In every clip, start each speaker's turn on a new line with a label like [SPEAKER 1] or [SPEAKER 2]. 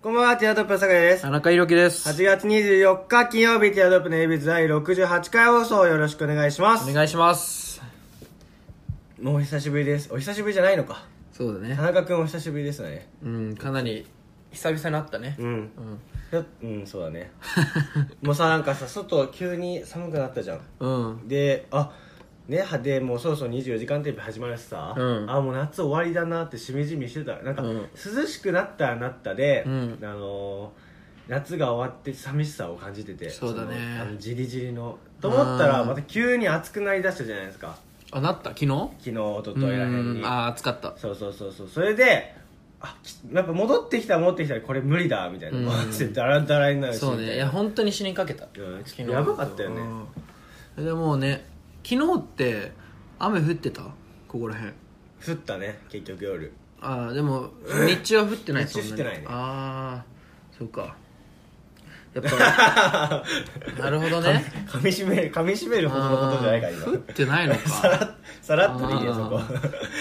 [SPEAKER 1] こんばんは、ティアドロップの坂井です。
[SPEAKER 2] 田中裕樹です。
[SPEAKER 1] 8月24日金曜日、ティアドロップのエイビズ第68回放送よろしくお願いします
[SPEAKER 2] お。願いします。
[SPEAKER 1] もうお久しぶりです。お久しぶりじゃないのか。
[SPEAKER 2] そうだ
[SPEAKER 1] 田
[SPEAKER 2] ね。
[SPEAKER 1] 中くんお久しぶりですね。
[SPEAKER 2] うん、かなり久々になったね。
[SPEAKER 1] うん。
[SPEAKER 2] うん。
[SPEAKER 1] だうん、そうだね。もうさ、なんかさ、外急に寒くなったじゃん。
[SPEAKER 2] うん。
[SPEAKER 1] で、あ、ね、はでもうそろそろ24時間テレビ始まるしさ、
[SPEAKER 2] うん
[SPEAKER 1] あもう夏終わりだなってしみじみしてたなんか、
[SPEAKER 2] うん
[SPEAKER 1] 涼しくなったらなったで、
[SPEAKER 2] うん
[SPEAKER 1] あのー夏が終わって寂しさを感じてて
[SPEAKER 2] そうだね
[SPEAKER 1] そのあのじりじりのと思ったら
[SPEAKER 2] うん
[SPEAKER 1] また急に暑くなりだしたじゃないですか
[SPEAKER 2] あ、なった昨日う
[SPEAKER 1] 昨日一昨日らへん
[SPEAKER 2] ん。
[SPEAKER 1] に
[SPEAKER 2] あー、暑かった。
[SPEAKER 1] そうそうそうそうそれであきやっぱ戻ってきたら戻ってきたらこれ無理だみたいな、
[SPEAKER 2] うん
[SPEAKER 1] マジでダラダラになるし
[SPEAKER 2] そう
[SPEAKER 1] み
[SPEAKER 2] ね。
[SPEAKER 1] た
[SPEAKER 2] い
[SPEAKER 1] い
[SPEAKER 2] や、
[SPEAKER 1] な
[SPEAKER 2] 本当に死にかけ
[SPEAKER 1] う
[SPEAKER 2] た。
[SPEAKER 1] ん
[SPEAKER 2] 昨日
[SPEAKER 1] やばかったよね
[SPEAKER 2] うんそれでもうね、昨日って雨降ってたここら辺。
[SPEAKER 1] 降ったね結局夜
[SPEAKER 2] あー、でも、日中は降ってない、
[SPEAKER 1] 日中降
[SPEAKER 2] そん
[SPEAKER 1] っ
[SPEAKER 2] に
[SPEAKER 1] てないね
[SPEAKER 2] あー、そうか。やっぱ、 なるほどね。
[SPEAKER 1] 噛みしめる噛みしめるほどのことじゃないから
[SPEAKER 2] あ
[SPEAKER 1] 今
[SPEAKER 2] ー降ってないのか。
[SPEAKER 1] さらっさらっとでいいよそこ
[SPEAKER 2] あ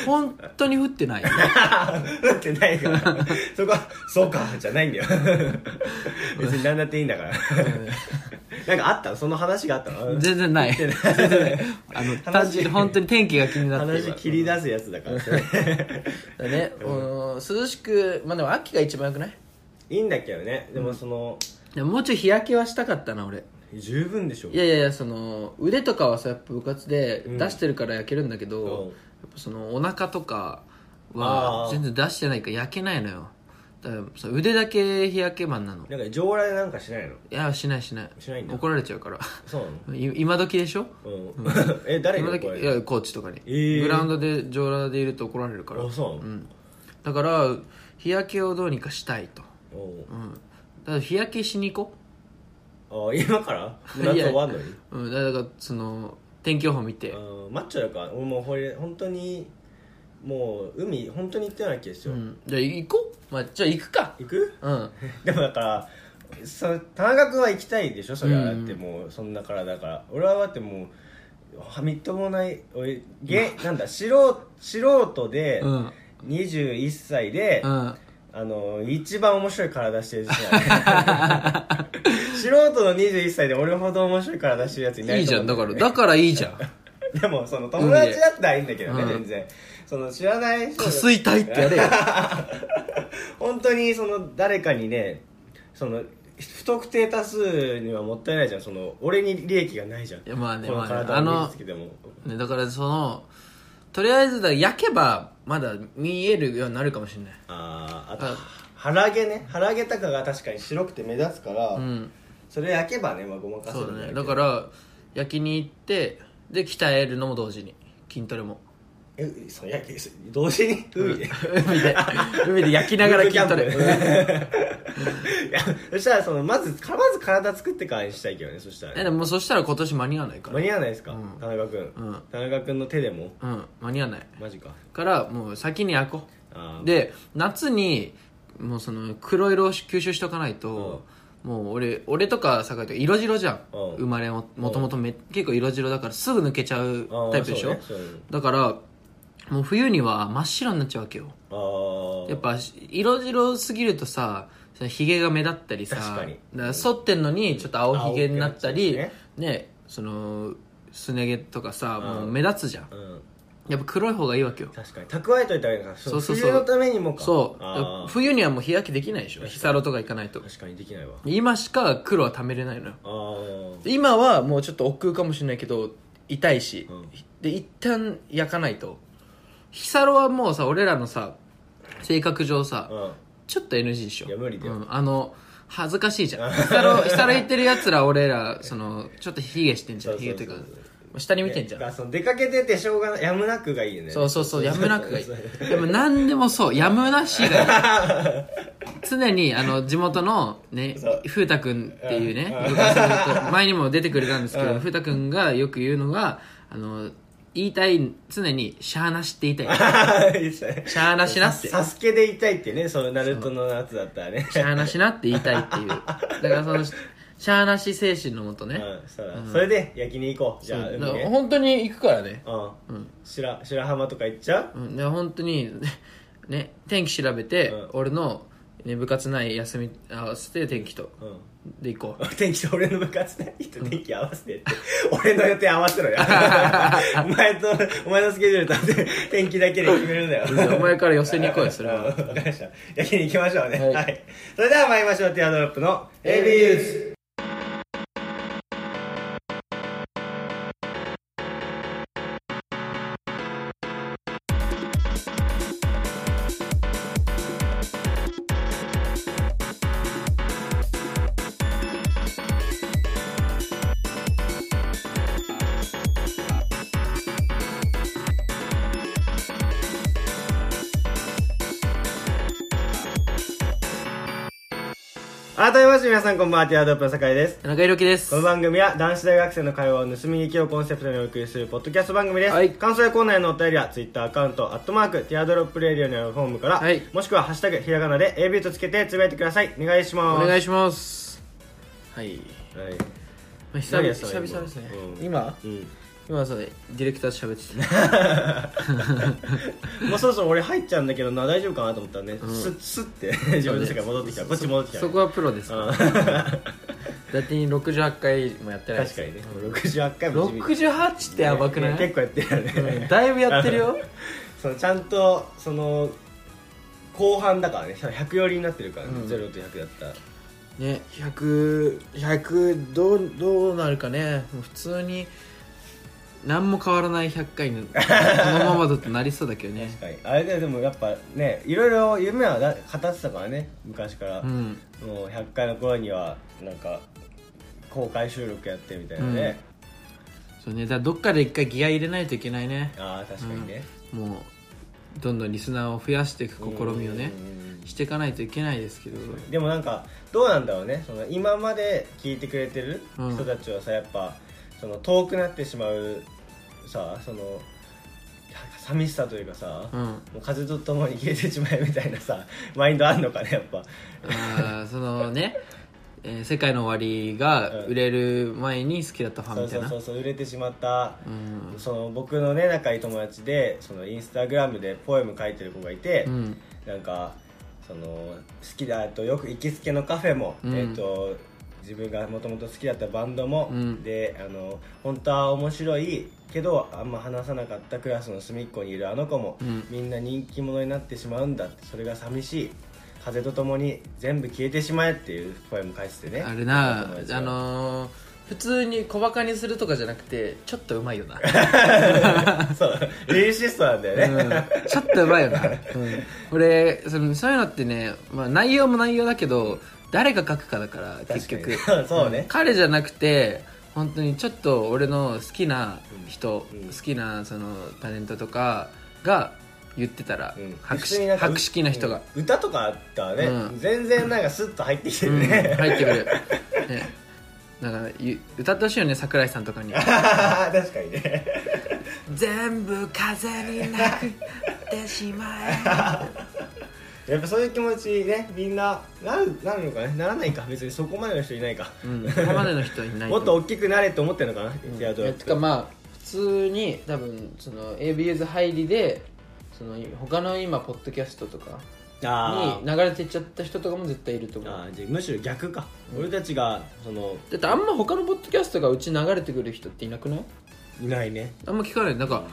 [SPEAKER 2] 本当に降って ない
[SPEAKER 1] だってないからそこは「そうか」じゃないん だよ別に何だっていいんだからなんかあったのその話があったの
[SPEAKER 2] 全然ない全然ないあ の単純に本当に天気が気になって
[SPEAKER 1] 話切り出すやつだからそれ
[SPEAKER 2] だね、うん涼しくまあでも秋が一番よくない
[SPEAKER 1] いいんだけどねでもその
[SPEAKER 2] でももうちょい日焼けはしたかったな俺
[SPEAKER 1] 十分でしょ
[SPEAKER 2] いやいやいやその腕とかはさやっぱ部活で
[SPEAKER 1] うん
[SPEAKER 2] 出してるから焼けるんだけど、
[SPEAKER 1] うん
[SPEAKER 2] やっぱそのお腹とか
[SPEAKER 1] あ
[SPEAKER 2] は
[SPEAKER 1] ー
[SPEAKER 2] 全然出してないから焼けないのよだからさ腕だけ日焼けマンなのい
[SPEAKER 1] なんか上来なんかしないの
[SPEAKER 2] やしないしない
[SPEAKER 1] しないんだ
[SPEAKER 2] 怒られちゃうから
[SPEAKER 1] そうなの
[SPEAKER 2] い今時でしょ
[SPEAKER 1] うん え誰
[SPEAKER 2] 今
[SPEAKER 1] に
[SPEAKER 2] 時
[SPEAKER 1] こ
[SPEAKER 2] い
[SPEAKER 1] れ
[SPEAKER 2] やコーチとかに、
[SPEAKER 1] えー
[SPEAKER 2] グラウンドで上裸でいると怒られるから
[SPEAKER 1] あそう
[SPEAKER 2] う
[SPEAKER 1] なの
[SPEAKER 2] ん、だから日焼けをどうにかしたいと、
[SPEAKER 1] おう
[SPEAKER 2] うん、だから日焼けしに行こ
[SPEAKER 1] あ今 から夏終わんのに
[SPEAKER 2] う、うん、だからその天気予報見て
[SPEAKER 1] うんマッチョだから俺もうほれ本当にもう海本当に行ったような気がし
[SPEAKER 2] う
[SPEAKER 1] よ、
[SPEAKER 2] ん、じゃあ行こう、まあ、じゃあ行くか
[SPEAKER 1] 行く
[SPEAKER 2] うん
[SPEAKER 1] でもだからそ田中君は行きたいでしょそれは
[SPEAKER 2] うん
[SPEAKER 1] だってもうそんな体だから俺はだってもうみっともない俺 げなんだ素人素人で
[SPEAKER 2] うん
[SPEAKER 1] 21歳で、
[SPEAKER 2] うん
[SPEAKER 1] あの一番面白い体してる人だ ね素人の21歳で俺ほど面白い体してるやついない
[SPEAKER 2] いいじゃ
[SPEAKER 1] と
[SPEAKER 2] ん
[SPEAKER 1] 思
[SPEAKER 2] だ
[SPEAKER 1] う
[SPEAKER 2] から
[SPEAKER 1] だ
[SPEAKER 2] だからいいじゃ ん
[SPEAKER 1] でもその友達だったらいいんだけどね、
[SPEAKER 2] うん
[SPEAKER 1] 全然その知らない人
[SPEAKER 2] かすいたいってやれよ
[SPEAKER 1] 本当にその誰かにねその不特定多数にはもったいないじゃんその俺に利益がないじゃん
[SPEAKER 2] いやまあね
[SPEAKER 1] この
[SPEAKER 2] まあね
[SPEAKER 1] 体を
[SPEAKER 2] あ
[SPEAKER 1] 見
[SPEAKER 2] の
[SPEAKER 1] つけても、
[SPEAKER 2] ね、だからそのとりあえずだ焼けばまだ見えるようになるかもしれない
[SPEAKER 1] あああ
[SPEAKER 2] あ
[SPEAKER 1] と腹毛ね腹毛とかが確かに白くて目立つから、
[SPEAKER 2] うん
[SPEAKER 1] それ焼けばね、まあ、ごまかせ
[SPEAKER 2] そ
[SPEAKER 1] る
[SPEAKER 2] うだね
[SPEAKER 1] け
[SPEAKER 2] だ
[SPEAKER 1] ど
[SPEAKER 2] から焼きに行ってで鍛えるのも同時に筋トレも
[SPEAKER 1] えその焼け同時に海 で、
[SPEAKER 2] 海で海で焼きながら筋トレ
[SPEAKER 1] ブートキ ャンプいやそしたらそのまずかまず体作ってからにしたいけどねそしたらね
[SPEAKER 2] えでももうそしたら今年間に合わないから
[SPEAKER 1] 間に合わないですか、
[SPEAKER 2] うん
[SPEAKER 1] 田中君、
[SPEAKER 2] うん
[SPEAKER 1] 田中君の手でも
[SPEAKER 2] うん間に合わない
[SPEAKER 1] マジか
[SPEAKER 2] からもう先に焼こ
[SPEAKER 1] あ
[SPEAKER 2] う
[SPEAKER 1] で
[SPEAKER 2] で夏にもうその黒色を吸収しておかないと、もう俺俺とか酒井とか色白じゃん、
[SPEAKER 1] うん
[SPEAKER 2] 生まれももともとめ結構色白だからすぐ抜けちゃうタイプでしょ、
[SPEAKER 1] あーそうねそうね
[SPEAKER 2] だからもう冬には真っ白になっちゃうわけよ
[SPEAKER 1] あー
[SPEAKER 2] やっぱ色白すぎるとさそのヒゲが目立ったりさ
[SPEAKER 1] 確かに
[SPEAKER 2] だら剃ってんのにちょっと青ひげになったり
[SPEAKER 1] 青くなっ
[SPEAKER 2] ね
[SPEAKER 1] ちゃ
[SPEAKER 2] そのすね毛とかさ、
[SPEAKER 1] ん
[SPEAKER 2] もう目立つじゃん
[SPEAKER 1] うん
[SPEAKER 2] やっぱ黒い方がいいわけよ
[SPEAKER 1] 確かに蓄えといた方がいいのか
[SPEAKER 2] そうそうそう
[SPEAKER 1] 冬のためにもか
[SPEAKER 2] そうだ
[SPEAKER 1] あ
[SPEAKER 2] から
[SPEAKER 1] ー
[SPEAKER 2] 冬にはもう日焼けできないでしょ日サロとか行かないと
[SPEAKER 1] 確かにできないわ
[SPEAKER 2] 今しか黒はためれないのよ
[SPEAKER 1] あー
[SPEAKER 2] で今はもうちょっと億劫かもしれないけど痛いし、
[SPEAKER 1] うん
[SPEAKER 2] で一旦焼かないと日サロはもうさ俺らのさ性格上さ、
[SPEAKER 1] うん
[SPEAKER 2] ちょっと NG でしょ
[SPEAKER 1] いや無理だよ
[SPEAKER 2] うん、あの恥ずかしいじゃん日サ ロ日サロ行ってるやつら俺らそのちょっとヒゲしてんじゃん
[SPEAKER 1] そう
[SPEAKER 2] ヒ
[SPEAKER 1] そ
[SPEAKER 2] ゲ
[SPEAKER 1] う
[SPEAKER 2] と
[SPEAKER 1] そう
[SPEAKER 2] いうか下に見てんじゃ
[SPEAKER 1] だか
[SPEAKER 2] ん
[SPEAKER 1] らその出かけててしょうがないやむなくがいいよね
[SPEAKER 2] そうそうそうやむなくがいい
[SPEAKER 1] そうそう
[SPEAKER 2] でも何でもそうやむなしがい い常にあの地元のね
[SPEAKER 1] そう
[SPEAKER 2] 風太くんっていうね部活の 子前にも出てくれたんですけど
[SPEAKER 1] うん
[SPEAKER 2] 風太くんがよく言うのがあの言いたい常にしゃーなしって言いたい
[SPEAKER 1] いいっすね
[SPEAKER 2] しゃーなしなって
[SPEAKER 1] サスケでいたいってねそのナルトのやつだったらね
[SPEAKER 2] しゃーなしなって言いたいっていうだからそのしゃーなし精神のもとね、
[SPEAKER 1] うんそうだそれで焼きに行こうじゃあ
[SPEAKER 2] そう
[SPEAKER 1] 海
[SPEAKER 2] だから
[SPEAKER 1] ね
[SPEAKER 2] 本当に行くからね、
[SPEAKER 1] う
[SPEAKER 2] うん
[SPEAKER 1] ん白白浜とか行っちゃう
[SPEAKER 2] うん、で本当にね天気調べて、
[SPEAKER 1] うん
[SPEAKER 2] 俺のね、部活ない休み合わせて天気と
[SPEAKER 1] うん
[SPEAKER 2] で行こう
[SPEAKER 1] 天気と俺の部活ない人天気合わせてって俺の予定合わせろ よお前とお前のスケジュール立って天気だけで決めるんだよ
[SPEAKER 2] うるさいお前から寄せに行こうよそれ は
[SPEAKER 1] わかりました焼きに行きましょうね
[SPEAKER 2] はい
[SPEAKER 1] はいそれでは参りましょうティアドロップの AB ユース改めまして皆さんこんばんはティアドロップの酒井です
[SPEAKER 2] 田中裕樹です
[SPEAKER 1] この番組は男子大学生の会話を盗み聞きをコンセプトにお送りするポッドキャスト番組です、
[SPEAKER 2] はい
[SPEAKER 1] 感想やコーナーへのお便りはツイッターアカウント「アットマークティアドロップレディオ」にあるフォームから、
[SPEAKER 2] はい
[SPEAKER 1] もしくは「ハッシュタグひらがな」で AB とつけてつぶやいてくださいお願いし
[SPEAKER 2] お
[SPEAKER 1] ます
[SPEAKER 2] 願いしますはい、
[SPEAKER 1] はい
[SPEAKER 2] まあ、久
[SPEAKER 1] 何
[SPEAKER 2] 々
[SPEAKER 1] やってた
[SPEAKER 2] 久
[SPEAKER 1] の
[SPEAKER 2] 々ですね、
[SPEAKER 1] うん
[SPEAKER 2] 今
[SPEAKER 1] うん
[SPEAKER 2] 今そのディレクターと喋 ってて
[SPEAKER 1] まあ、そろそろ俺入っちゃうんだけどな大丈夫かなと思ったらね、スッスッて 自分の世界戻ってきたこっち戻ってきた
[SPEAKER 2] そこはプロですから
[SPEAKER 1] うん
[SPEAKER 2] だって68回もやってないで
[SPEAKER 1] 確
[SPEAKER 2] す
[SPEAKER 1] かにね68回も地味
[SPEAKER 2] 68ってやばくない
[SPEAKER 1] 結構やってるよね、
[SPEAKER 2] うんだいぶやってるよ
[SPEAKER 1] そのちゃんとその後半だからね100寄りになってるからね、
[SPEAKER 2] うん
[SPEAKER 1] 0と100だったら
[SPEAKER 2] ね100 100どうどうなるかねもう普通に何も変わらない100回にこのままだとなりそうだけどね
[SPEAKER 1] 確かにあれだよでもやっぱねいろいろ夢はだ語ってたからね昔から、
[SPEAKER 2] うん
[SPEAKER 1] もう100回の頃にはなんか公開収録やってみたいなね、
[SPEAKER 2] そうねだからどっかで一回ギア入れないといけないね
[SPEAKER 1] ああ確かにね、
[SPEAKER 2] もうどんどんリスナーを増やしていく試みをね
[SPEAKER 1] うん
[SPEAKER 2] していかないといけないですけど
[SPEAKER 1] でもなんかどうなんだろうねその今まで聞いてくれてる
[SPEAKER 2] うん
[SPEAKER 1] 人たちはさ、やっぱその遠くなってしまうさその寂しさというかさ、
[SPEAKER 2] う
[SPEAKER 1] も
[SPEAKER 2] ん
[SPEAKER 1] う風とともに消えてしまえみたいなさマインドあんのかねやっぱ
[SPEAKER 2] あーそ のね、えー世界の終わり」が売れる前に好きだったファ
[SPEAKER 1] そ
[SPEAKER 2] ン
[SPEAKER 1] う
[SPEAKER 2] みた
[SPEAKER 1] そ
[SPEAKER 2] い
[SPEAKER 1] う
[SPEAKER 2] な
[SPEAKER 1] そうそう売れてしまった、
[SPEAKER 2] うん
[SPEAKER 1] その僕のね仲いい友達でそのインスタグラムでポエム書いてる子がいて、
[SPEAKER 2] うん
[SPEAKER 1] なんかその好きだえっとよく行きつけのカフェも、
[SPEAKER 2] うん
[SPEAKER 1] えっと自分がもともと好きだったバンドも、
[SPEAKER 2] うん
[SPEAKER 1] であの本当は面白いけどあんま話さなかったクラスの隅っこにいるあの子も、
[SPEAKER 2] うん
[SPEAKER 1] みんな人気者になってしまうんだってそれが寂しい風とともに全部消えてしまえっていうポエム書いててね
[SPEAKER 2] あれな
[SPEAKER 1] 友達が
[SPEAKER 2] あのー普通に小バカにするとかじゃなくてちょっとうまいよ な、
[SPEAKER 1] そうレイシストなんだよね、
[SPEAKER 2] うんちょっとうまいよな、うん俺そのそういうのってね、まあ、内容も内容だけど誰が書くかだから結局
[SPEAKER 1] 確かに そうね
[SPEAKER 2] ん彼じゃなくて本当にちょっと俺の好きな人、
[SPEAKER 1] うんうん
[SPEAKER 2] 好きなそのタレントとかが言ってたら、
[SPEAKER 1] うん
[SPEAKER 2] 博
[SPEAKER 1] 普通に
[SPEAKER 2] 識
[SPEAKER 1] なんか
[SPEAKER 2] 博識な人が、
[SPEAKER 1] うん歌とかあったらね、
[SPEAKER 2] うん
[SPEAKER 1] 全然なんかスッと入ってきて
[SPEAKER 2] う
[SPEAKER 1] る
[SPEAKER 2] ん、
[SPEAKER 1] ね、
[SPEAKER 2] 入ってくる、ね、だからゆ歌ってほしいよね桜井さんとか に
[SPEAKER 1] 確かにね
[SPEAKER 2] 全部風になくってしまえ
[SPEAKER 1] やっぱそういう気持ちねみんななるなるのかねならないか別にそこまでの人いないか、
[SPEAKER 2] うんそこまでの人いな い
[SPEAKER 1] もっと大きくなれって思ってるのかな、
[SPEAKER 2] うん
[SPEAKER 1] ティアドロッ
[SPEAKER 2] て
[SPEAKER 1] プ
[SPEAKER 2] かまあ普通に多分その ABS 入りでその他の今ポッドキャストとか
[SPEAKER 1] あ
[SPEAKER 2] に
[SPEAKER 1] ー
[SPEAKER 2] 流れてっちゃった人とかも絶対いると思う
[SPEAKER 1] あーじゃあむしろ逆か、俺たちがその
[SPEAKER 2] だってあんま他のポッドキャストがうち流れてくる人っていなくない
[SPEAKER 1] いないね
[SPEAKER 2] あんま聞かないなんか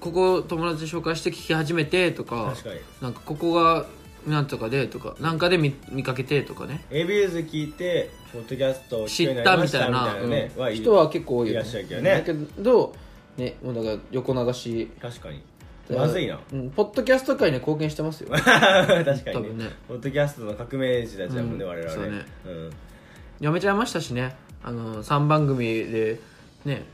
[SPEAKER 2] ここ友達紹介して聞き始めてとか
[SPEAKER 1] 確かに
[SPEAKER 2] なんかここがなんとかでとかなんかで見見かけてとかね
[SPEAKER 1] ABS 聞いてポッドキャストを聞
[SPEAKER 2] 知
[SPEAKER 1] くよう
[SPEAKER 2] っ
[SPEAKER 1] に
[SPEAKER 2] た
[SPEAKER 1] なり
[SPEAKER 2] み
[SPEAKER 1] ました
[SPEAKER 2] いな
[SPEAKER 1] みたいなね、
[SPEAKER 2] うん
[SPEAKER 1] はいる
[SPEAKER 2] 人は結構多いよ、
[SPEAKER 1] いら
[SPEAKER 2] ね、
[SPEAKER 1] っしゃるけどね
[SPEAKER 2] だけどねもうだから横流し
[SPEAKER 1] 確かにまずい な
[SPEAKER 2] うん、ポッドキャスト界に貢献してますよ
[SPEAKER 1] 確か
[SPEAKER 2] 多
[SPEAKER 1] に
[SPEAKER 2] 分
[SPEAKER 1] ね
[SPEAKER 2] ね
[SPEAKER 1] ポッドキャストの革命児たちだもんね、
[SPEAKER 2] うん
[SPEAKER 1] 我々は
[SPEAKER 2] そう
[SPEAKER 1] ね
[SPEAKER 2] ね
[SPEAKER 1] うん
[SPEAKER 2] やめちゃいましたしねあの3番組でね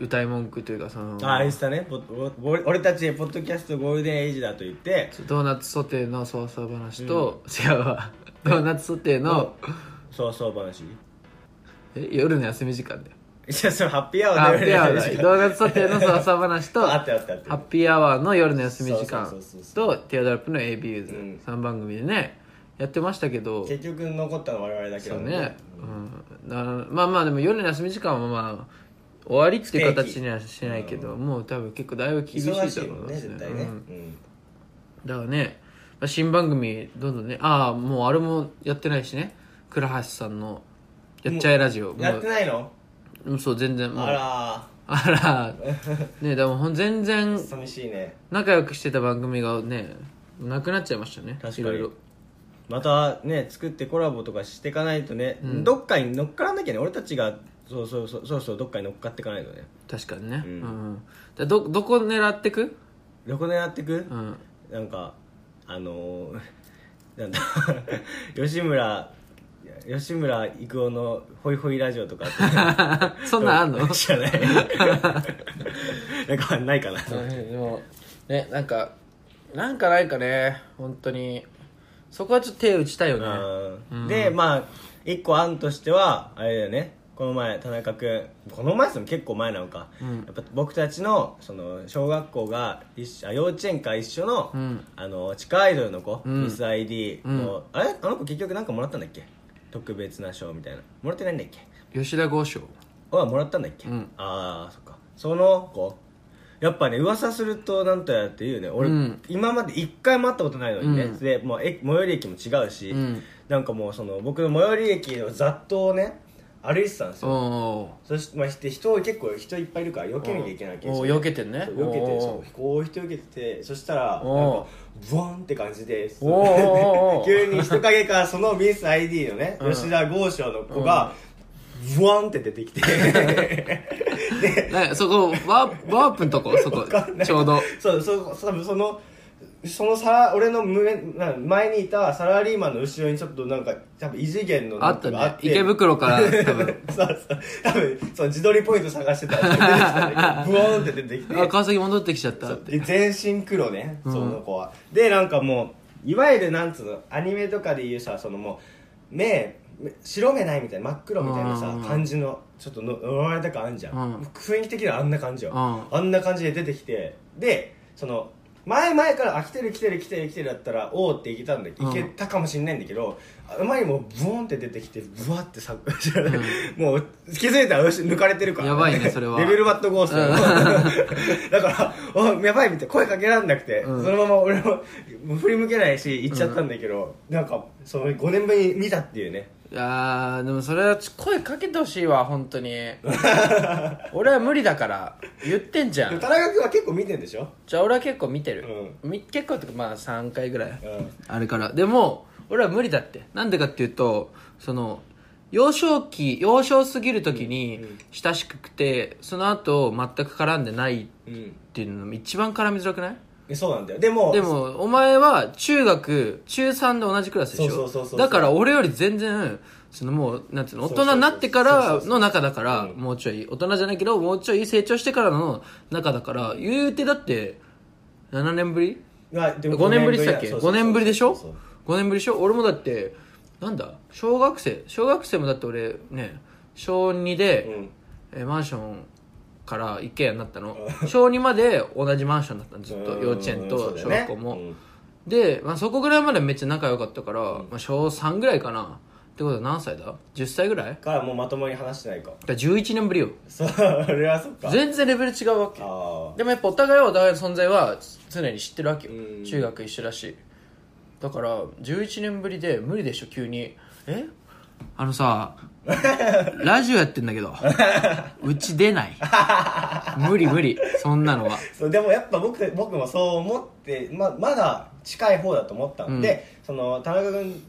[SPEAKER 2] 歌い文句というかその
[SPEAKER 1] ああれしたねポッぼ俺たちポッドキャストゴールデンエイジだと言って
[SPEAKER 2] ドーナツソテーの操作話と、違うわドーナツソテーの、
[SPEAKER 1] そうそう話
[SPEAKER 2] え夜の休み時間で
[SPEAKER 1] じゃあそれハッピーアワ
[SPEAKER 2] ハ
[SPEAKER 1] ー
[SPEAKER 2] ッピーア
[SPEAKER 1] 夜
[SPEAKER 2] ワー
[SPEAKER 1] の
[SPEAKER 2] だ
[SPEAKER 1] 休み時間
[SPEAKER 2] ドーナツソテーの操作話と
[SPEAKER 1] あっ
[SPEAKER 2] ハ
[SPEAKER 1] たよあったよあった
[SPEAKER 2] ッピーアワーの夜の休み時
[SPEAKER 1] そ
[SPEAKER 2] 間
[SPEAKER 1] うそうそう
[SPEAKER 2] とティアドロップの AB ユーズ
[SPEAKER 1] うん
[SPEAKER 2] 3番組でねやってましたけど
[SPEAKER 1] 結局残ったのは我々だけ
[SPEAKER 2] そ
[SPEAKER 1] ど
[SPEAKER 2] うね、うん、だからまあまあでも夜の休み時間はまあ終わりっていう形にはしないけど、もう多分結構だいぶ厳しい
[SPEAKER 1] 忙しい
[SPEAKER 2] と
[SPEAKER 1] も
[SPEAKER 2] 思
[SPEAKER 1] ん
[SPEAKER 2] い
[SPEAKER 1] ね
[SPEAKER 2] ます
[SPEAKER 1] 絶
[SPEAKER 2] ね
[SPEAKER 1] 対ね
[SPEAKER 2] う
[SPEAKER 1] うんん
[SPEAKER 2] だからねあ新番組どんどんねああもうあれもやってないしね倉橋さんの「やっちゃえラジオ」も
[SPEAKER 1] やって
[SPEAKER 2] う
[SPEAKER 1] ないの
[SPEAKER 2] うんそう全然もう
[SPEAKER 1] あら
[SPEAKER 2] あらねでもほん全然
[SPEAKER 1] ー寂しいね
[SPEAKER 2] 仲良くしてた番組がねなくなっちゃいましたね
[SPEAKER 1] 確かに
[SPEAKER 2] いろいろ
[SPEAKER 1] またね作ってコラボとかしていかないとね、どっかに乗っからなきゃね俺たちがそうそうそうそうそうどっかに乗っかっていかないとね
[SPEAKER 2] 確かにね、
[SPEAKER 1] う
[SPEAKER 2] うんんうんだどどこ狙ってく、
[SPEAKER 1] どこ狙ってく
[SPEAKER 2] う、ん、
[SPEAKER 1] なんかあのー、 なんだ吉村吉村育夫の「ホイホイラジオ」とかって
[SPEAKER 2] そ んなんあんの
[SPEAKER 1] 知らない なんかないかな
[SPEAKER 2] うんでもねなんかなんかないかね本当にそこはちょっと手打ちたいよね
[SPEAKER 1] うんでまあ一個案としてはあれだよねこの前田中君この前っすも結構前なのか、やっぱ僕たちのその小学校が一緒あ幼稚園か一緒の,、
[SPEAKER 2] うん
[SPEAKER 1] あの地下アイドルの子、
[SPEAKER 2] ん
[SPEAKER 1] ミス ID の、あれあの子結局なんかもらったんだっけ特別な賞みたいなもらってないんだっけ
[SPEAKER 2] 吉田豪商
[SPEAKER 1] はもらったんだっけ、
[SPEAKER 2] うん
[SPEAKER 1] ああそっかその子やっぱね噂するとなんとやって言うね俺、
[SPEAKER 2] うん
[SPEAKER 1] 今まで一回も会ったことないのにね、
[SPEAKER 2] うん
[SPEAKER 1] でもうえ最寄り駅も違うし、
[SPEAKER 2] うん
[SPEAKER 1] なんかもうその僕の最寄り駅の雑踏をね歩いてたんです
[SPEAKER 2] お
[SPEAKER 1] よ、
[SPEAKER 2] お
[SPEAKER 1] そして、まあ、して人結構人いっぱいいるから避けなきゃいけないわけ
[SPEAKER 2] お
[SPEAKER 1] よ
[SPEAKER 2] う避けてんね
[SPEAKER 1] そう避け
[SPEAKER 2] おうお
[SPEAKER 1] て
[SPEAKER 2] う
[SPEAKER 1] そうこう人避けててそしたらなんか
[SPEAKER 2] お
[SPEAKER 1] ブワンって感じで
[SPEAKER 2] おうおうおう
[SPEAKER 1] 急に人影からそのミス ID のね、
[SPEAKER 2] うん
[SPEAKER 1] 吉田豪昌の子が、ブワンって出てきてで
[SPEAKER 2] なんかそこワープワープんとこそこちょうど
[SPEAKER 1] そうそう多分そのそのさ俺の胸な前にいたサラリーマンの後ろにちょっとなんか多分異次元の
[SPEAKER 2] あ
[SPEAKER 1] なん
[SPEAKER 2] っ
[SPEAKER 1] か
[SPEAKER 2] たね
[SPEAKER 1] がて
[SPEAKER 2] 池袋から多分
[SPEAKER 1] そうそう多分その自撮りポイント探してた ら出てきたねブワーンって出てきて
[SPEAKER 2] あ川崎戻ってきちゃった
[SPEAKER 1] そ
[SPEAKER 2] っ
[SPEAKER 1] う
[SPEAKER 2] て
[SPEAKER 1] で全身黒ね
[SPEAKER 2] うん
[SPEAKER 1] その子は、でなんかもういわゆるなんつうのアニメとかで言うさそのもう目目白目ないみたいな真っ黒みたいなさ
[SPEAKER 2] うん
[SPEAKER 1] 感じのちょっとの呪われた感あんじゃん、
[SPEAKER 2] うん
[SPEAKER 1] 雰囲気的にはあんな感じよ、
[SPEAKER 2] う
[SPEAKER 1] あんな感じで出てきてでその前々から「あ来てる来てる来てる来てる」だったら「おーっていけたんだい
[SPEAKER 2] うん
[SPEAKER 1] けたかもしれないんだけど、あまりにもブーンって出てきてブワってさ、 もう気づいたら後ろ抜かれてるから、
[SPEAKER 2] やばいねそれ は
[SPEAKER 1] レベルバットゴーストよ、 だから「おやばい」みたいな声かけらんなくて、
[SPEAKER 2] うん
[SPEAKER 1] そのまま俺ももう振り向けないし行っちゃったんだけど、なんかその5年ぶりに見たっていうね
[SPEAKER 2] いやーでもそれはち声かけてほしいわ本当 に俺は無理だから言ってんじゃ
[SPEAKER 1] でも
[SPEAKER 2] ん
[SPEAKER 1] 田中君は結構見てんでしょ、
[SPEAKER 2] じゃあ俺は結構見てる、み結構ってかまあ3回ぐらい、
[SPEAKER 1] うん、
[SPEAKER 2] あれからでも俺は無理だってなんでかっていうとその幼少期幼少すぎる時
[SPEAKER 1] うんうん
[SPEAKER 2] に親しくてその後全く絡んでないっ
[SPEAKER 1] うん
[SPEAKER 2] ていうのも一番絡みづらくない
[SPEAKER 1] でそうなんだよでも
[SPEAKER 2] でもお前は中学中3で同じクラスでし
[SPEAKER 1] そうそうそうそ
[SPEAKER 2] ょ
[SPEAKER 1] う
[SPEAKER 2] だから俺より全然そのもうなんていうの
[SPEAKER 1] そ
[SPEAKER 2] 大
[SPEAKER 1] うそうそう
[SPEAKER 2] 人になってからの中だか
[SPEAKER 1] そう
[SPEAKER 2] ら
[SPEAKER 1] そうそう
[SPEAKER 2] もうちょい大人じゃないけどもうちょい成長してからの中だから言うてだって7年ぶり
[SPEAKER 1] まあでも
[SPEAKER 2] 5年ぶりでしたっ
[SPEAKER 1] だ
[SPEAKER 2] け
[SPEAKER 1] そうそうそう
[SPEAKER 2] 5年ぶりでしょ
[SPEAKER 1] そうそう
[SPEAKER 2] 5年ぶりでしょ俺もだってなんだ小学生小学生もだって俺ね小2で、
[SPEAKER 1] うん
[SPEAKER 2] えーマンションから一軒家になったの小2まで同じマンションだったのずっと幼稚園と小学校も、で、まあ、そこぐらいまでめっちゃ仲良かったから、まあ、小3ぐらいかなってことは何歳だ ?10 歳ぐらいだか
[SPEAKER 1] からもうまともに話してないから
[SPEAKER 2] 11年ぶりよ
[SPEAKER 1] それはそっか
[SPEAKER 2] 全然レベル違うわけ
[SPEAKER 1] ああ
[SPEAKER 2] でもやっぱお互いはお互いの存在は常に知ってるわけよ
[SPEAKER 1] うん
[SPEAKER 2] 中学一緒だしだから11年ぶりで無理でしょ急にえあの さラジオやってんだけどうち出ない無理無理そんなのは
[SPEAKER 1] そうでもやっぱ僕僕もそう思ってままだ近い方だと思ったんで、その田中君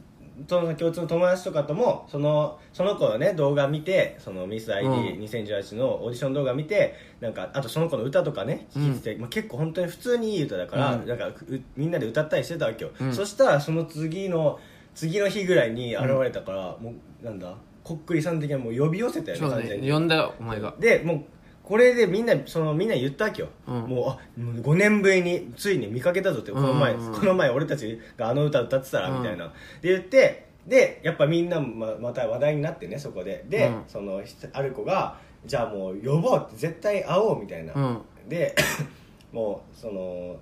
[SPEAKER 1] との共通の友達とかともそのその子のね動画見てそのミス
[SPEAKER 2] うん
[SPEAKER 1] ID2018 のオーディション動画見てなんかあとその子の歌とかね聴いてて、まあ、結構本当に普通にいい歌だから、
[SPEAKER 2] うん
[SPEAKER 1] なんかうみんなで歌ったりしてたわけよ、
[SPEAKER 2] うん
[SPEAKER 1] そしたらその次の次の日ぐらいに現れたから、もうなんだこっくりさん的にはもう呼び寄せたよ
[SPEAKER 2] そ
[SPEAKER 1] ね
[SPEAKER 2] う
[SPEAKER 1] 完
[SPEAKER 2] ね
[SPEAKER 1] 全に
[SPEAKER 2] 呼んだよお前が
[SPEAKER 1] でもうこれでみんなそのみんな言ったわけよ、
[SPEAKER 2] うん
[SPEAKER 1] もうあもう5年ぶりについに見かけたぞってこの前、
[SPEAKER 2] うんうんうん
[SPEAKER 1] この前俺たちがあの歌歌ってたら
[SPEAKER 2] うん
[SPEAKER 1] みたいな、で言ってでやっぱみんなもままた話題になってねそこでで、
[SPEAKER 2] うん
[SPEAKER 1] そのひある子がじゃあもう呼ぼうって絶対会おうみたいな、
[SPEAKER 2] うん
[SPEAKER 1] で もうその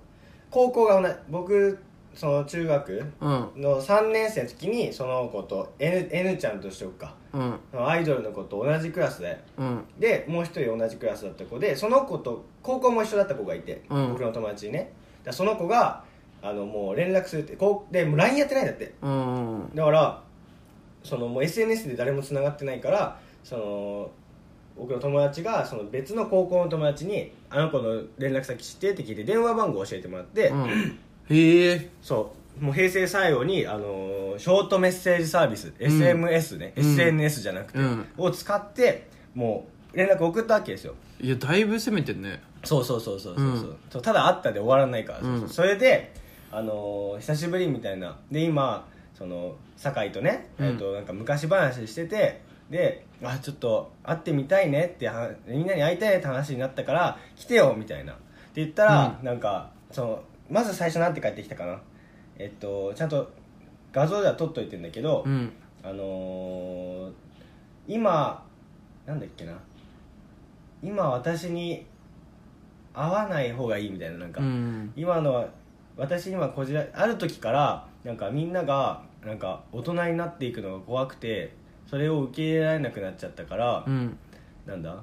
[SPEAKER 1] 高校が同じ僕その中学
[SPEAKER 2] うん
[SPEAKER 1] の3年生の時にその子と N, N ちゃんとしとくか
[SPEAKER 2] うん
[SPEAKER 1] そのアイドルの子と同じクラスで
[SPEAKER 2] うん
[SPEAKER 1] でもう一人同じクラスだった子でその子と高校も一緒だった子がいて、
[SPEAKER 2] うん
[SPEAKER 1] 僕の友達にねだからその子があのもう連絡するってこうでもう LINE やってないんだって
[SPEAKER 2] うんうん
[SPEAKER 1] だからそのもう SNS で誰も繋がってないからその僕の友達がその別の高校の友達に「あの子の連絡先知って?」って聞いて電話番号を教えてもらって、
[SPEAKER 2] うんへえ
[SPEAKER 1] そうもう平成最後に、あのーショートメッセージサービス SMS ね、
[SPEAKER 2] うん
[SPEAKER 1] SNS じゃなくて、
[SPEAKER 2] うん
[SPEAKER 1] を使ってもう連絡送ったわけですよ
[SPEAKER 2] いやだいぶ攻めてんね
[SPEAKER 1] そうそうそうそうそう
[SPEAKER 2] うん
[SPEAKER 1] そうそうただ会ったで終わらないから、そうそう
[SPEAKER 2] うん
[SPEAKER 1] それで、あのー久しぶりみたいなで今その酒井とね、
[SPEAKER 2] うん
[SPEAKER 1] えっとなんか昔話しててであちょっと会ってみたいねってはみんなに会いたいねって話になったから来てよみたいなって言ったら、なんかそのまず最初なんて帰ってきたかなえっとちゃんと画像では撮っといてんだけど、
[SPEAKER 2] うん
[SPEAKER 1] あのー今なんだっけな今私に会わない方がいいみたいななんか、
[SPEAKER 2] うん
[SPEAKER 1] 今のは私今こじらある時からなんかみんながなんか大人になっていくのが怖くてそれを受け入れられなくなっちゃったから、
[SPEAKER 2] うん
[SPEAKER 1] なんだ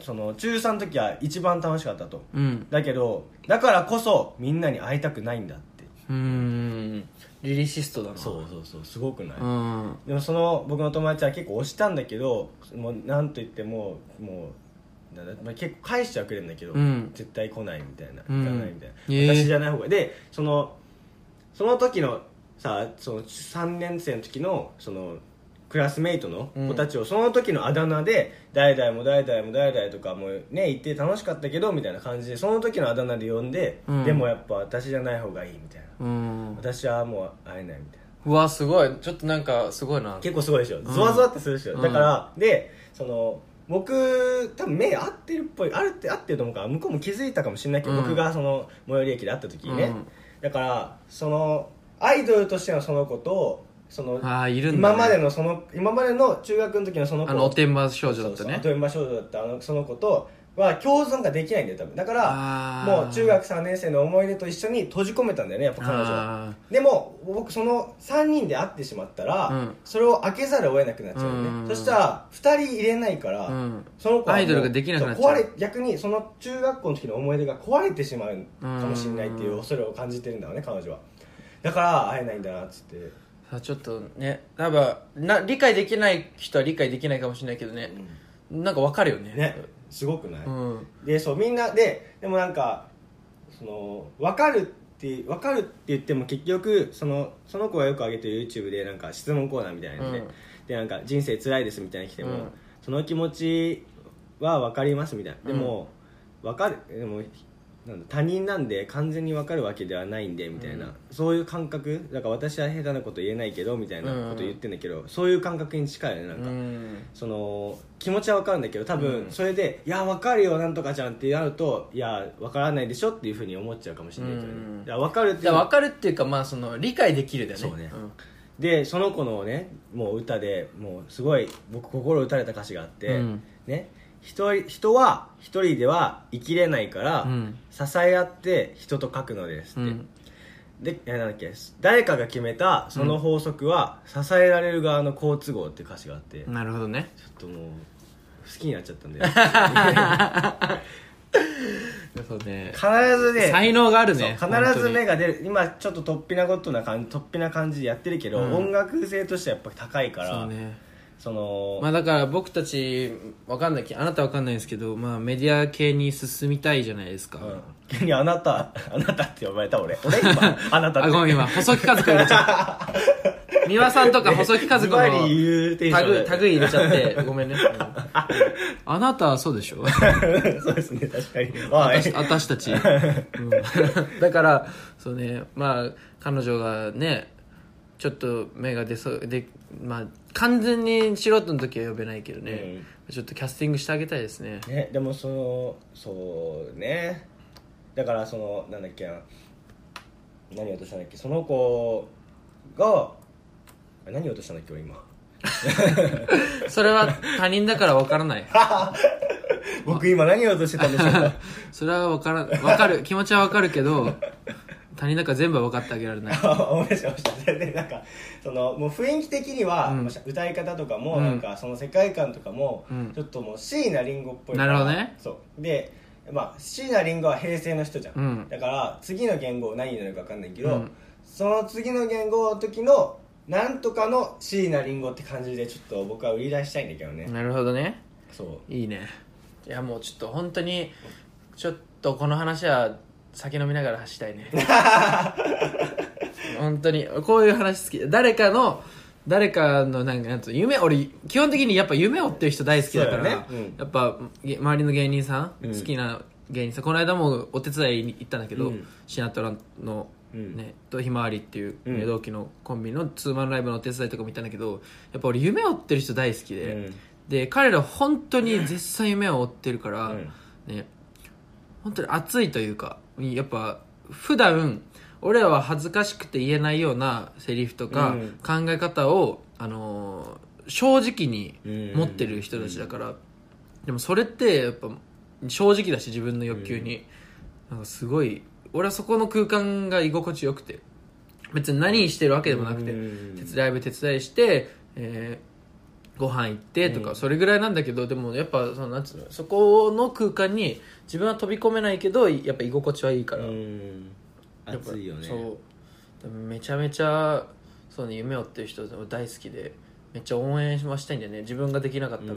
[SPEAKER 1] その中3の時は一番楽しかったと
[SPEAKER 2] うん
[SPEAKER 1] だけどだからこそみんなに会いたくないんだって
[SPEAKER 2] うんリリシストだな
[SPEAKER 1] そうそうそうすごくない、
[SPEAKER 2] うん
[SPEAKER 1] でもその僕の友達は結構押したんだけどもうなんと言ってももうなんだまあ、結構返してはくれるんだけど、
[SPEAKER 2] うん
[SPEAKER 1] 絶対来ないみたいな
[SPEAKER 2] うん
[SPEAKER 1] 行かないみたいな、
[SPEAKER 2] へえ
[SPEAKER 1] 私じゃない方がでそのその時のさその3年生の時のそのクラスメイトの子たちをその時のあだ名で代々も代々も代々とかもね言って楽しかったけどみたいな感じでその時のあだ名で呼んで、
[SPEAKER 2] うん
[SPEAKER 1] でもやっぱ私じゃない方がいいみたいな
[SPEAKER 2] うん
[SPEAKER 1] 私はもう会えないみたいな
[SPEAKER 2] うわすごいちょっとなんかすごいな
[SPEAKER 1] 結構すごいでしょゾワゾワってするでしょ、
[SPEAKER 2] うん
[SPEAKER 1] だからでその僕多分目合ってるっぽいあるって合ってると思うから向こうも気づいたかもしれないけど、
[SPEAKER 2] うん
[SPEAKER 1] 僕がその最寄り駅で会った時にね、
[SPEAKER 2] うん
[SPEAKER 1] だからそのアイドルとしてのその子とその
[SPEAKER 2] ああいるんだ、ね、
[SPEAKER 1] 今までのその今までの中学の時のその子
[SPEAKER 2] あのおてんば少女だった
[SPEAKER 1] そうそう
[SPEAKER 2] ね
[SPEAKER 1] 後援馬少女だったあのその子とは共存ができないんだよ多分だから
[SPEAKER 2] あー
[SPEAKER 1] もう中学3年生の思い出と一緒に閉じ込めたんだよねやっぱ彼女は
[SPEAKER 2] あ
[SPEAKER 1] でも僕その3人で会ってしまったら、
[SPEAKER 2] うん
[SPEAKER 1] それを開けざるを得なくなっちゃうよね、
[SPEAKER 2] うん
[SPEAKER 1] そしたら2人入れないから、
[SPEAKER 2] ーうん
[SPEAKER 1] その子はもう
[SPEAKER 2] アイドルができなくなっちゃう
[SPEAKER 1] そ壊れ逆にその中学校の時の思い出が壊れてしまうかもしれないっていううん恐れを感じてるんだろうね彼女はだから会えないんだなっつって
[SPEAKER 2] さあちょっとね多分な理解できない人は理解できないかもしれないけどね、なんかわかるよね
[SPEAKER 1] ねすごくない、
[SPEAKER 2] うん
[SPEAKER 1] でそうみんなででもなんかその分かるって分かるって言っても結局そのその子がよく上げてる YouTube でなんか質問コーナーみたいなので、
[SPEAKER 2] うん
[SPEAKER 1] でなんか人生辛いですみたいなの来ても、
[SPEAKER 2] うん
[SPEAKER 1] その気持ちは分かりますみたいなでも、分かるでもなんだ他人なんで完全に分かるわけではないんでみたいな、
[SPEAKER 2] うん
[SPEAKER 1] そういう感覚だから私は下手なこと言えないけどみたいなこと言ってんだけど、そういう感覚に近いよねなんか、
[SPEAKER 2] うん
[SPEAKER 1] その気持ちは分かるんだけど多分
[SPEAKER 2] うん
[SPEAKER 1] それで「いや分かるよなんとかちゃん」ってなると「いや分からないでしょ」っていうふうに思っちゃうかもしれないけどね、
[SPEAKER 2] うん
[SPEAKER 1] だから分かるっていう
[SPEAKER 2] だから
[SPEAKER 1] の
[SPEAKER 2] わかるっていうかまあその理解できるだよね
[SPEAKER 1] そうねでその子のねもう歌でもうすごい僕心打たれた歌詞があって、
[SPEAKER 2] うん
[SPEAKER 1] ね人人は一人では生きれないから、
[SPEAKER 2] うん
[SPEAKER 1] 支え合って人と書くのですって、
[SPEAKER 2] うん
[SPEAKER 1] でえなんだっけ誰かが決めたその法則は、支えられる側の好都合っていう歌詞があって、
[SPEAKER 2] うんなるほどね
[SPEAKER 1] ちょっともう好きになっちゃ ったんだよ
[SPEAKER 2] そうね
[SPEAKER 1] 必ずね
[SPEAKER 2] 才能があるね
[SPEAKER 1] そう必ず芽が出る今ちょっと突飛なことな感じ突飛な感じでやってるけど、
[SPEAKER 2] うん
[SPEAKER 1] 音楽性としてはやっぱり高いか
[SPEAKER 2] 本
[SPEAKER 1] ら
[SPEAKER 2] 当
[SPEAKER 1] そ,、
[SPEAKER 2] にそうね
[SPEAKER 1] の、
[SPEAKER 2] まあだから僕たちわかんないあなたわかんないですけど、まあ、メディア系に進みたいじゃないですか、
[SPEAKER 1] うん急にあなたあなたって呼ばれた俺俺今あなたって
[SPEAKER 2] あごめん今細木和子入れちゃ った三輪さんとか細木和子
[SPEAKER 1] ズ
[SPEAKER 2] の
[SPEAKER 1] バリ言うテンション
[SPEAKER 2] タ
[SPEAKER 1] だ
[SPEAKER 2] グ
[SPEAKER 1] よ
[SPEAKER 2] タグ入れちゃってご めんねあなたはそうでしょ
[SPEAKER 1] そうですね確かにあ
[SPEAKER 2] 私私た ち、うん、だからそうねまあ彼女がねちょっと目が出そうでまあ完全に素人の時は呼べないけどね、ちょっとキャスティングしてあげたいですね
[SPEAKER 1] ね、でもそのそうねだからそのなんだっけな何を落としたんだっけその子があ何を落としたんだっけ俺 今
[SPEAKER 2] それは他人だからわからない
[SPEAKER 1] 僕今何を落としてたんでしょうか
[SPEAKER 2] それはわからわかる気持ちはわかるけど他人だから全部は分かってあげられない
[SPEAKER 1] あ 思い出しましたそれでなんかそのもう雰囲気的には、
[SPEAKER 2] うん
[SPEAKER 1] 歌い方とかも、
[SPEAKER 2] うん
[SPEAKER 1] なんかその世界観とかも、
[SPEAKER 2] うん
[SPEAKER 1] ちょっともう椎名林檎っぽいから
[SPEAKER 2] なるほどね
[SPEAKER 1] そうでまあ椎名林檎は平成の人じゃん、
[SPEAKER 2] うん
[SPEAKER 1] だから次の言語何になるか分かんないけど、
[SPEAKER 2] うん
[SPEAKER 1] その次の言語の時のなんとかの椎名林檎って感じでちょっと僕は売り出したいんだけどね、
[SPEAKER 2] なるほどね
[SPEAKER 1] そう
[SPEAKER 2] いいねいやもうちょっと本当にちょっとこの話は酒飲みながら走りた いね本当にこういう話好き誰かの誰かのなんかなんつうの夢俺基本的にやっぱ夢を追ってる人大好きだから
[SPEAKER 1] そうだねうん
[SPEAKER 2] やっぱげ周りの芸人さん、
[SPEAKER 1] うん
[SPEAKER 2] 好きな芸人さんこの間もお手伝いに行ったんだけど、
[SPEAKER 1] うん
[SPEAKER 2] シナトラの、
[SPEAKER 1] う
[SPEAKER 2] ね
[SPEAKER 1] ん
[SPEAKER 2] とひまわりっていう、ね
[SPEAKER 1] うん
[SPEAKER 2] 同期のコンビのツーマンライブのお手伝いとかも行ったんだけどやっぱ俺夢を追ってる人大好きで、
[SPEAKER 1] うん
[SPEAKER 2] で彼ら本当に絶賛夢を追ってるから、
[SPEAKER 1] うん
[SPEAKER 2] ね本当に熱いというかやっぱ普段俺らは恥ずかしくて言えないようなセリフとか
[SPEAKER 1] うん
[SPEAKER 2] 考え方を、あのー正直に
[SPEAKER 1] うん
[SPEAKER 2] 持ってる人たちだから、でもそれってやっぱ正直だし自分の欲求に、なんかすごい俺はそこの空間が居心地よくて別に何してるわけでもなくて、
[SPEAKER 1] うん
[SPEAKER 2] 手伝いライブ手伝いして、えーご飯行ってとか、
[SPEAKER 1] うん
[SPEAKER 2] それぐらいなんだけどでもやっぱそのなんつうのそこの空間に自分は飛び込めないけどやっぱ居心地はいいから、
[SPEAKER 1] うん
[SPEAKER 2] やっぱ
[SPEAKER 1] 熱いよね
[SPEAKER 2] そうめちゃめちゃそう、ね、夢を追ってる人大好きでめっちゃ応援はしたいんだよね自分ができなかった分、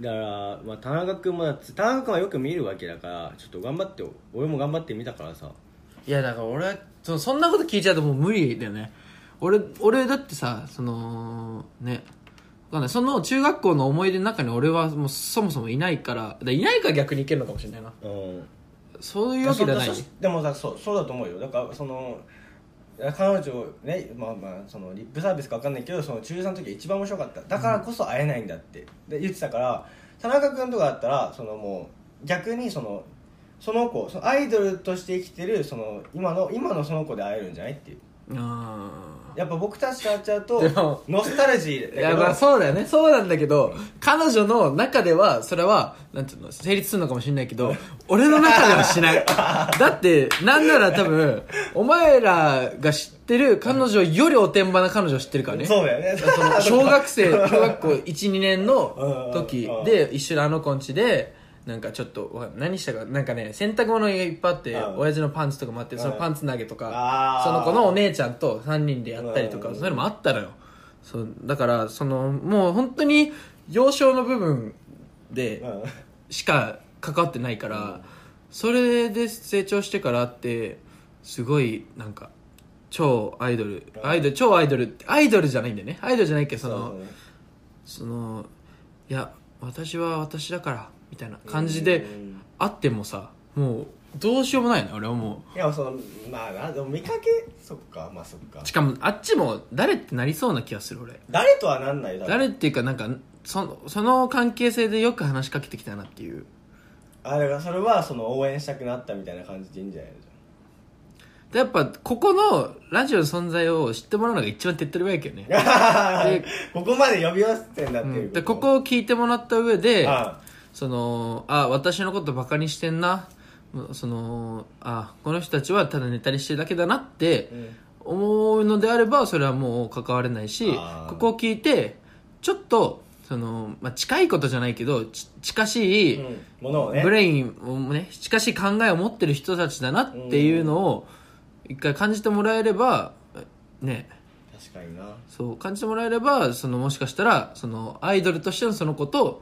[SPEAKER 1] だから、まあ、田中君もだって田中君はよく見るわけだからちょっと頑張ってよ俺も頑張ってみたからさ
[SPEAKER 2] いやだから俺はそそんなこと聞いちゃうともう無理だよね俺俺だってさそのねわかんないその中学校の思い出の中に俺はもうそもそもいないからでいないから逆にいけるのかもしれないな
[SPEAKER 1] うん
[SPEAKER 2] そういうわけじゃない
[SPEAKER 1] そそでもさそうそうだと思うよだからその彼女ねまあまあそのリップサービスか分かんないけどその中3の時が一番面白かっただからこそ会えないんだって、で言ってたから田中君とかだったらそのもう逆にそのその子そのアイドルとして生きてるその今の今のその子で会えるんじゃないっていう
[SPEAKER 2] あ
[SPEAKER 1] やっぱ僕たちと会っちゃうと
[SPEAKER 2] でも
[SPEAKER 1] ノスタルジー
[SPEAKER 2] ー
[SPEAKER 1] だけ
[SPEAKER 2] いや
[SPEAKER 1] ど
[SPEAKER 2] まあそうだよねそうなんだけど彼女の中ではそれはなんていうの成立するのかもしれないけど俺の中ではしないだってなんなら多分お前らが知ってる彼女よりおてんばな彼女を知ってるからね
[SPEAKER 1] そうだ よね
[SPEAKER 2] その小学生小学校12年の時
[SPEAKER 1] うんうん
[SPEAKER 2] で一緒にあの子んちでなんかちょっとわ何したかなんかね洗濯物がいっぱいあって
[SPEAKER 1] うん
[SPEAKER 2] 親父のパンツとかもあってその
[SPEAKER 1] うん
[SPEAKER 2] パンツ投げと
[SPEAKER 1] あ
[SPEAKER 2] か
[SPEAKER 1] ー
[SPEAKER 2] その子のお姉ちゃんと3人でやったりと
[SPEAKER 1] う
[SPEAKER 2] か
[SPEAKER 1] ん
[SPEAKER 2] そういうのもあったのよそうだからそのもう本当に幼少の部分で
[SPEAKER 1] うん
[SPEAKER 2] しか関わってないから、それで成長してからってすごいなんか超アイドルアイドル超アイドルってアイドルじゃないんだよねアイドルじゃないけどそのそのいや私は私だからみたいな感じで
[SPEAKER 1] うん
[SPEAKER 2] あってもさもうどうしようもないの俺はも
[SPEAKER 1] いやそのまあなでも見かけそっかまあそっか
[SPEAKER 2] うしかもあっちも誰ってなりそうな気がする俺
[SPEAKER 1] 誰とはなんないよ多分
[SPEAKER 2] 誰っていうかなんかそその関係性でよく話しかけてきたなっていう
[SPEAKER 1] あだからそれはその応援したくなったみたいな感じでいいんじゃないの
[SPEAKER 2] でやっぱここのラジオの存在を知ってもらうのが一番手っ取り早いけどねで
[SPEAKER 1] ここまで呼び寄せてんだって
[SPEAKER 2] う
[SPEAKER 1] い
[SPEAKER 2] ん
[SPEAKER 1] う
[SPEAKER 2] でこ
[SPEAKER 1] を
[SPEAKER 2] こを聞いてもらった上で
[SPEAKER 1] あ
[SPEAKER 2] そのあ私のことバカにしてんなそのあこの人たちはただ寝たりしてるだけだなって
[SPEAKER 1] うん
[SPEAKER 2] 思うのであればそれはもう関われないし
[SPEAKER 1] あー
[SPEAKER 2] ここを聞いてちょっとその、まあ、近いことじゃないけどち近しい、
[SPEAKER 1] うんものをね
[SPEAKER 2] ブレインをね近しい考えを持ってる人たちだなっていうのを一回感じてもらえればね
[SPEAKER 1] 確かにな
[SPEAKER 2] そう感じてもらえればそのもしかしたらそのアイドルとしてのその子と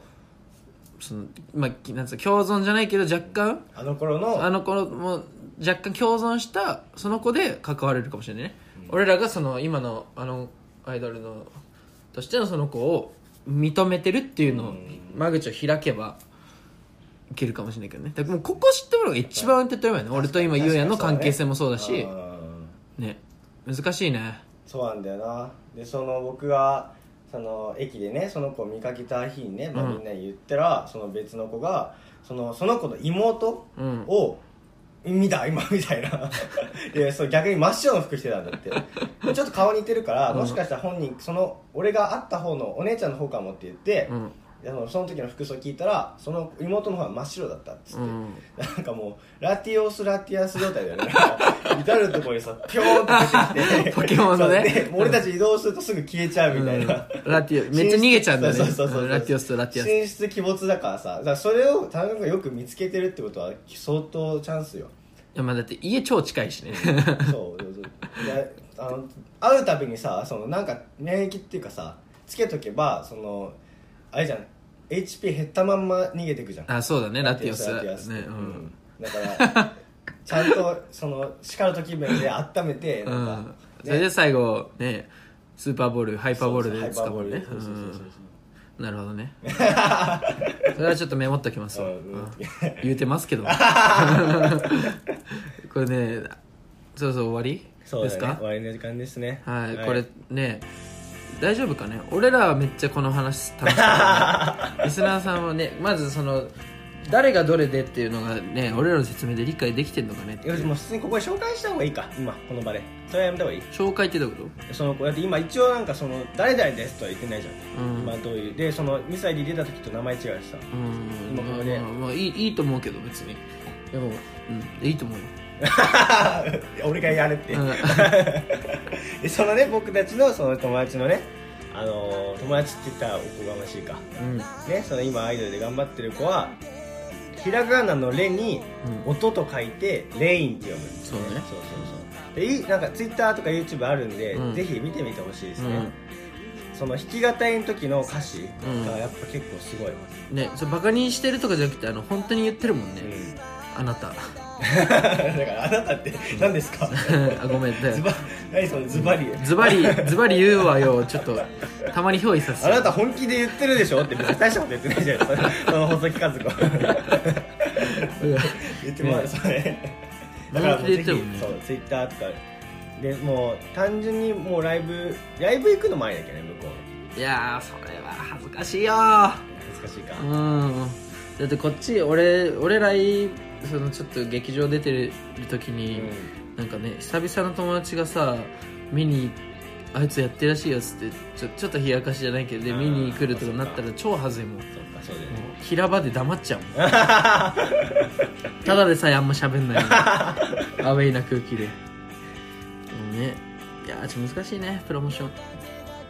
[SPEAKER 2] その、まあ、きなんつうの共存じゃないけど若干
[SPEAKER 1] あの頃の
[SPEAKER 2] あの子も若干共存したその子で関われるかもしれないね、俺らがその今のあのアイドルのとしてのその子を認めてるっていうのを間口を開けばいけるかもしれないけどねだからもうここ知ってもらうのが一番手っ取り早いね俺と今ゆうやの関係性もそうだし
[SPEAKER 1] うん
[SPEAKER 2] ね難しいね
[SPEAKER 1] そうなんだよなでその僕がその駅でねその子を見かけた日にね、まあ、
[SPEAKER 2] うん
[SPEAKER 1] みんなに言ったら、その別の子がそのその子の妹
[SPEAKER 2] うん
[SPEAKER 1] を、見た今みたいな いやそう逆に真っ白の服着てたんだってちょっと顔似てるから、もしかしたら本人その俺が会った方のお姉ちゃんの方かもって言って、
[SPEAKER 2] うん
[SPEAKER 1] でそのその時の服装聞いたらその妹の方は真っ白だったっつって、
[SPEAKER 2] うん
[SPEAKER 1] なんかもうラティオスラティアス状態だよねなんか至る所にさピョーンって出てきて
[SPEAKER 2] ポケモンのね
[SPEAKER 1] そうでもう俺たち移動するとすぐ消えちゃうみたいな、
[SPEAKER 2] うんラティ オめっちゃ逃げちゃうんだよね
[SPEAKER 1] そうそうそうそう
[SPEAKER 2] ラティオスとラティアス
[SPEAKER 1] 進出鬼没だからさだからそれを田中君がよく見つけてるってことは相当チャンス よ
[SPEAKER 2] いやまあだって家超近いし ね
[SPEAKER 1] そうでもそうであの会うたびにさそのなんか免疫っていうかさつけとけばそのあれじゃん HP 減ったまんま逃げていくじゃん
[SPEAKER 2] あそうだねラティオス
[SPEAKER 1] ラティオス
[SPEAKER 2] ね
[SPEAKER 1] う
[SPEAKER 2] うんん、
[SPEAKER 1] だから ちゃんとその叱ると気分で温めて
[SPEAKER 2] う
[SPEAKER 1] なんか、
[SPEAKER 2] ん、それで最後ねスーパーボールハイパーボールで
[SPEAKER 1] そうそう
[SPEAKER 2] 使うもんね
[SPEAKER 1] ハイパーボールでそうそうそうそう
[SPEAKER 2] うんなるほど ねそれはちょっとメモっときますわ、
[SPEAKER 1] うんメモっとき
[SPEAKER 2] うん言うてます けどこれねそろそろ終わり
[SPEAKER 1] そう
[SPEAKER 2] で
[SPEAKER 1] だ
[SPEAKER 2] す
[SPEAKER 1] ね
[SPEAKER 2] か
[SPEAKER 1] 終わりの時間ですね
[SPEAKER 2] はい、これね大丈夫かね俺らはめっちゃこの話楽しかった、 ね、リスナーさんはねまずその誰がどれでっていうのがね俺らの説明で理解できてんのかねって
[SPEAKER 1] よしもう普通にここで紹介した方がいいか今この場でそれはやめた方がいい
[SPEAKER 2] 紹介ってどういうこ
[SPEAKER 1] その子だって今一応なんかその誰々ですとは言ってないじゃん、
[SPEAKER 2] うん
[SPEAKER 1] まあどういうでその2歳で出た時と名前違うし さ
[SPEAKER 2] とうん
[SPEAKER 1] 今これね
[SPEAKER 2] まあまあまあいいいいと思うけど別にでも、うん、いいと思うよ
[SPEAKER 1] 俺がやれって、
[SPEAKER 2] うん
[SPEAKER 1] でそのね僕たちのその友達のねあのー友達って言ったらおこがましいか
[SPEAKER 2] うん
[SPEAKER 1] ね、その今アイドルで頑張ってる子はひらがなの「レ」に「音」と書いて「レイン」って読む
[SPEAKER 2] そうね
[SPEAKER 1] そうそうそうでいいなんかツイッターとか YouTube あるんで、
[SPEAKER 2] うん
[SPEAKER 1] ぜひ見てみてほしいですね、
[SPEAKER 2] うん
[SPEAKER 1] その弾き語りの時の歌詞
[SPEAKER 2] うん
[SPEAKER 1] がやっぱ結構すごい、うん
[SPEAKER 2] ねそれバカにしてるとかじゃなくてあの本当に言ってるもんね、あなた
[SPEAKER 1] だ からあなたって何ですか
[SPEAKER 2] あごめんね
[SPEAKER 1] ズバ何そのズバリ
[SPEAKER 2] ズバリズバリ言うわよちょっとたまに憑依させ
[SPEAKER 1] あ
[SPEAKER 2] て
[SPEAKER 1] なた本気で言ってるでしょって別に大したこと言ってないじゃないですかその細木和子
[SPEAKER 2] うん
[SPEAKER 1] 言ってもらう、
[SPEAKER 2] ね
[SPEAKER 1] それだからもう
[SPEAKER 2] 本気
[SPEAKER 1] ぜ
[SPEAKER 2] で言っ
[SPEAKER 1] ひ、
[SPEAKER 2] てるもんね
[SPEAKER 1] そうツイッターとかでもう単純にもうライブライブ行くの前だけどね向こう
[SPEAKER 2] いやーそれは恥ずかしいよ
[SPEAKER 1] 恥ずかしいか、
[SPEAKER 2] うんだってこっち俺俺らいそのちょっと劇場出てる時に、なんかね久々の友達がさ見にあいつやってるらしいよっつってちょちょっと冷やかしじゃないけどで
[SPEAKER 1] うん
[SPEAKER 2] 見に来るとかなったら超恥ずいもんもう
[SPEAKER 1] そっかそうだよね
[SPEAKER 2] 平場で黙っちゃうもん ただでさえあんま喋んないのにアウェイな空気ででもねいやーちょっと難しいねプロモーション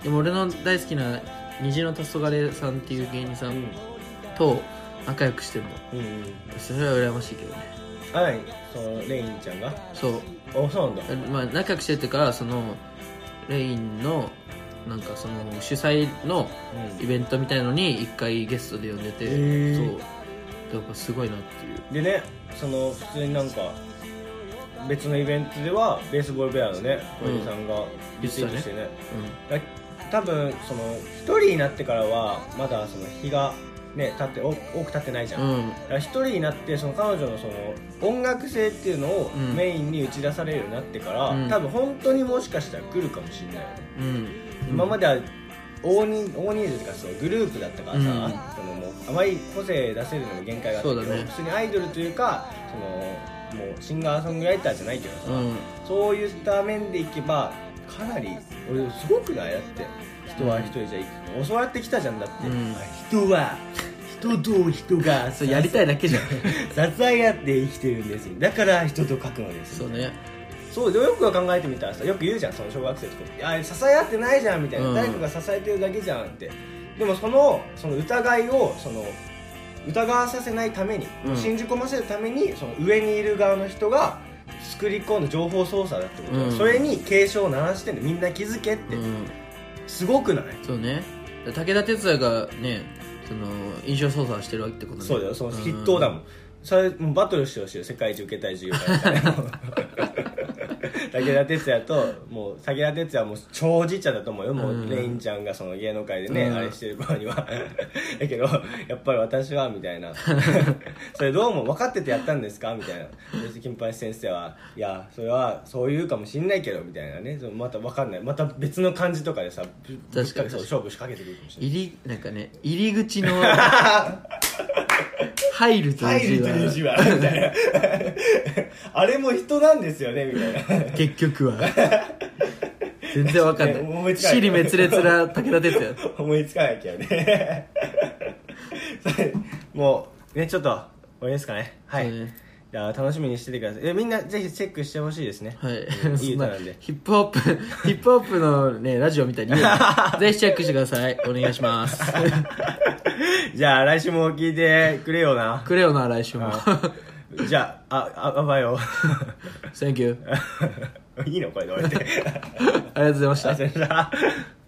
[SPEAKER 2] でも俺の大好きな虹の黄昏さんっていう芸人さんと仲良くしても
[SPEAKER 1] うん、うん、
[SPEAKER 2] それは羨ましいけどね
[SPEAKER 1] あ何そのレインちゃんが
[SPEAKER 2] そう
[SPEAKER 1] おそうなんだ
[SPEAKER 2] まあ、仲良くしてってからそのレインのなんかその主催のイベントみたいのに一回ゲストで呼んでて、
[SPEAKER 1] へー
[SPEAKER 2] そうやっぱすごいなっていう
[SPEAKER 1] でねその普通になんか別のイベントではベースボールベアのね小出さんがリツイートしてね、だ多分その一人になってからはまだその日がね経ってお多く経ってないじゃん、
[SPEAKER 2] うん、うん
[SPEAKER 1] だから一人になってその彼女のその音楽性っていうのを
[SPEAKER 2] うん
[SPEAKER 1] メインに打ち出されるようになってから、
[SPEAKER 2] うん
[SPEAKER 1] 多分本当にもしかしたら来るかもしれないよね、
[SPEAKER 2] うん
[SPEAKER 1] 今までは大人大人数というかそのグループだったからさ、
[SPEAKER 2] うん
[SPEAKER 1] そのもうあまり個性出せるのも限界があったけど、
[SPEAKER 2] そうだね
[SPEAKER 1] 普通にアイドルというかそのもうシンガーソングライターじゃないけどさ、
[SPEAKER 2] うん
[SPEAKER 1] そういった面でいけばかなり俺すごくないだって人は一人じゃいくの教わってきたじゃんだって、
[SPEAKER 2] うん
[SPEAKER 1] 人は人と人が
[SPEAKER 2] そうやりたいだけじゃん
[SPEAKER 1] 雑愛あって生きてるんですよだから人と書くのです
[SPEAKER 2] そうね
[SPEAKER 1] そうでよく考えてみたらさよく言うじゃんその小学生とか「いや支え合ってないじゃん」みたいな、
[SPEAKER 2] うん
[SPEAKER 1] 誰かが支えてるだけじゃんってでもそのその疑いをその疑わさせないために、
[SPEAKER 2] うん
[SPEAKER 1] 信じ込ませるためにその上にいる側の人が作り込んだ情報操作だってこと、
[SPEAKER 2] うん
[SPEAKER 1] それに警鐘を鳴らしてんでみんな気づけって、
[SPEAKER 2] うん
[SPEAKER 1] すごくない
[SPEAKER 2] そうね武田鉄矢がねその印象操作してるわけってことね
[SPEAKER 1] そうだよその筆頭だもん、それもうバトルしてほしいよ世界一受けたい授業会みたいな武田鉄矢ともう武田鉄矢はもう超おじいちゃんだと思うよ、もうレインちゃんがその芸能界でね、
[SPEAKER 2] うん
[SPEAKER 1] あれしてる場合には だけどやっぱり私はみたい なそれどうも分かっててやったんですかみたいなそして金八先生はいやそれはそう言うかもしんないけどみたいなねそのまた分かんないまた別の感じとかでさぶぶっ
[SPEAKER 2] 確か
[SPEAKER 1] かけそ
[SPEAKER 2] に
[SPEAKER 1] う勝負仕掛けてくるかもしれない
[SPEAKER 2] 入りなんかね入り 口の入ると
[SPEAKER 1] 入
[SPEAKER 2] い
[SPEAKER 1] る
[SPEAKER 2] う字
[SPEAKER 1] という字
[SPEAKER 2] は
[SPEAKER 1] はみたいな あれも人なんですよねみたいな
[SPEAKER 2] 結局は全然わかん
[SPEAKER 1] ね
[SPEAKER 2] な
[SPEAKER 1] 思い
[SPEAKER 2] い
[SPEAKER 1] つかない
[SPEAKER 2] 尻滅裂な武田鉄矢
[SPEAKER 1] 思いつかないけどね もうねちょっと終わりですかね はい、
[SPEAKER 2] そうね
[SPEAKER 1] じゃあ楽しみにしててくださいえみんなぜひチェックしてほしいですね
[SPEAKER 2] はい
[SPEAKER 1] うん、いい
[SPEAKER 2] そん
[SPEAKER 1] 歌
[SPEAKER 2] な
[SPEAKER 1] なんで
[SPEAKER 2] ヒップホップ、ヒップホップのね、ラジオみたいに言 うなぜひチェックしてください。お願いします。
[SPEAKER 1] じゃあ来週も聞いてくれよな
[SPEAKER 2] くれよな、来週も。
[SPEAKER 1] じゃああああばよ
[SPEAKER 2] Thank you.
[SPEAKER 1] いいのこれで終わりで
[SPEAKER 2] ありがとうございまし
[SPEAKER 1] あ
[SPEAKER 2] た
[SPEAKER 1] りが。とうございました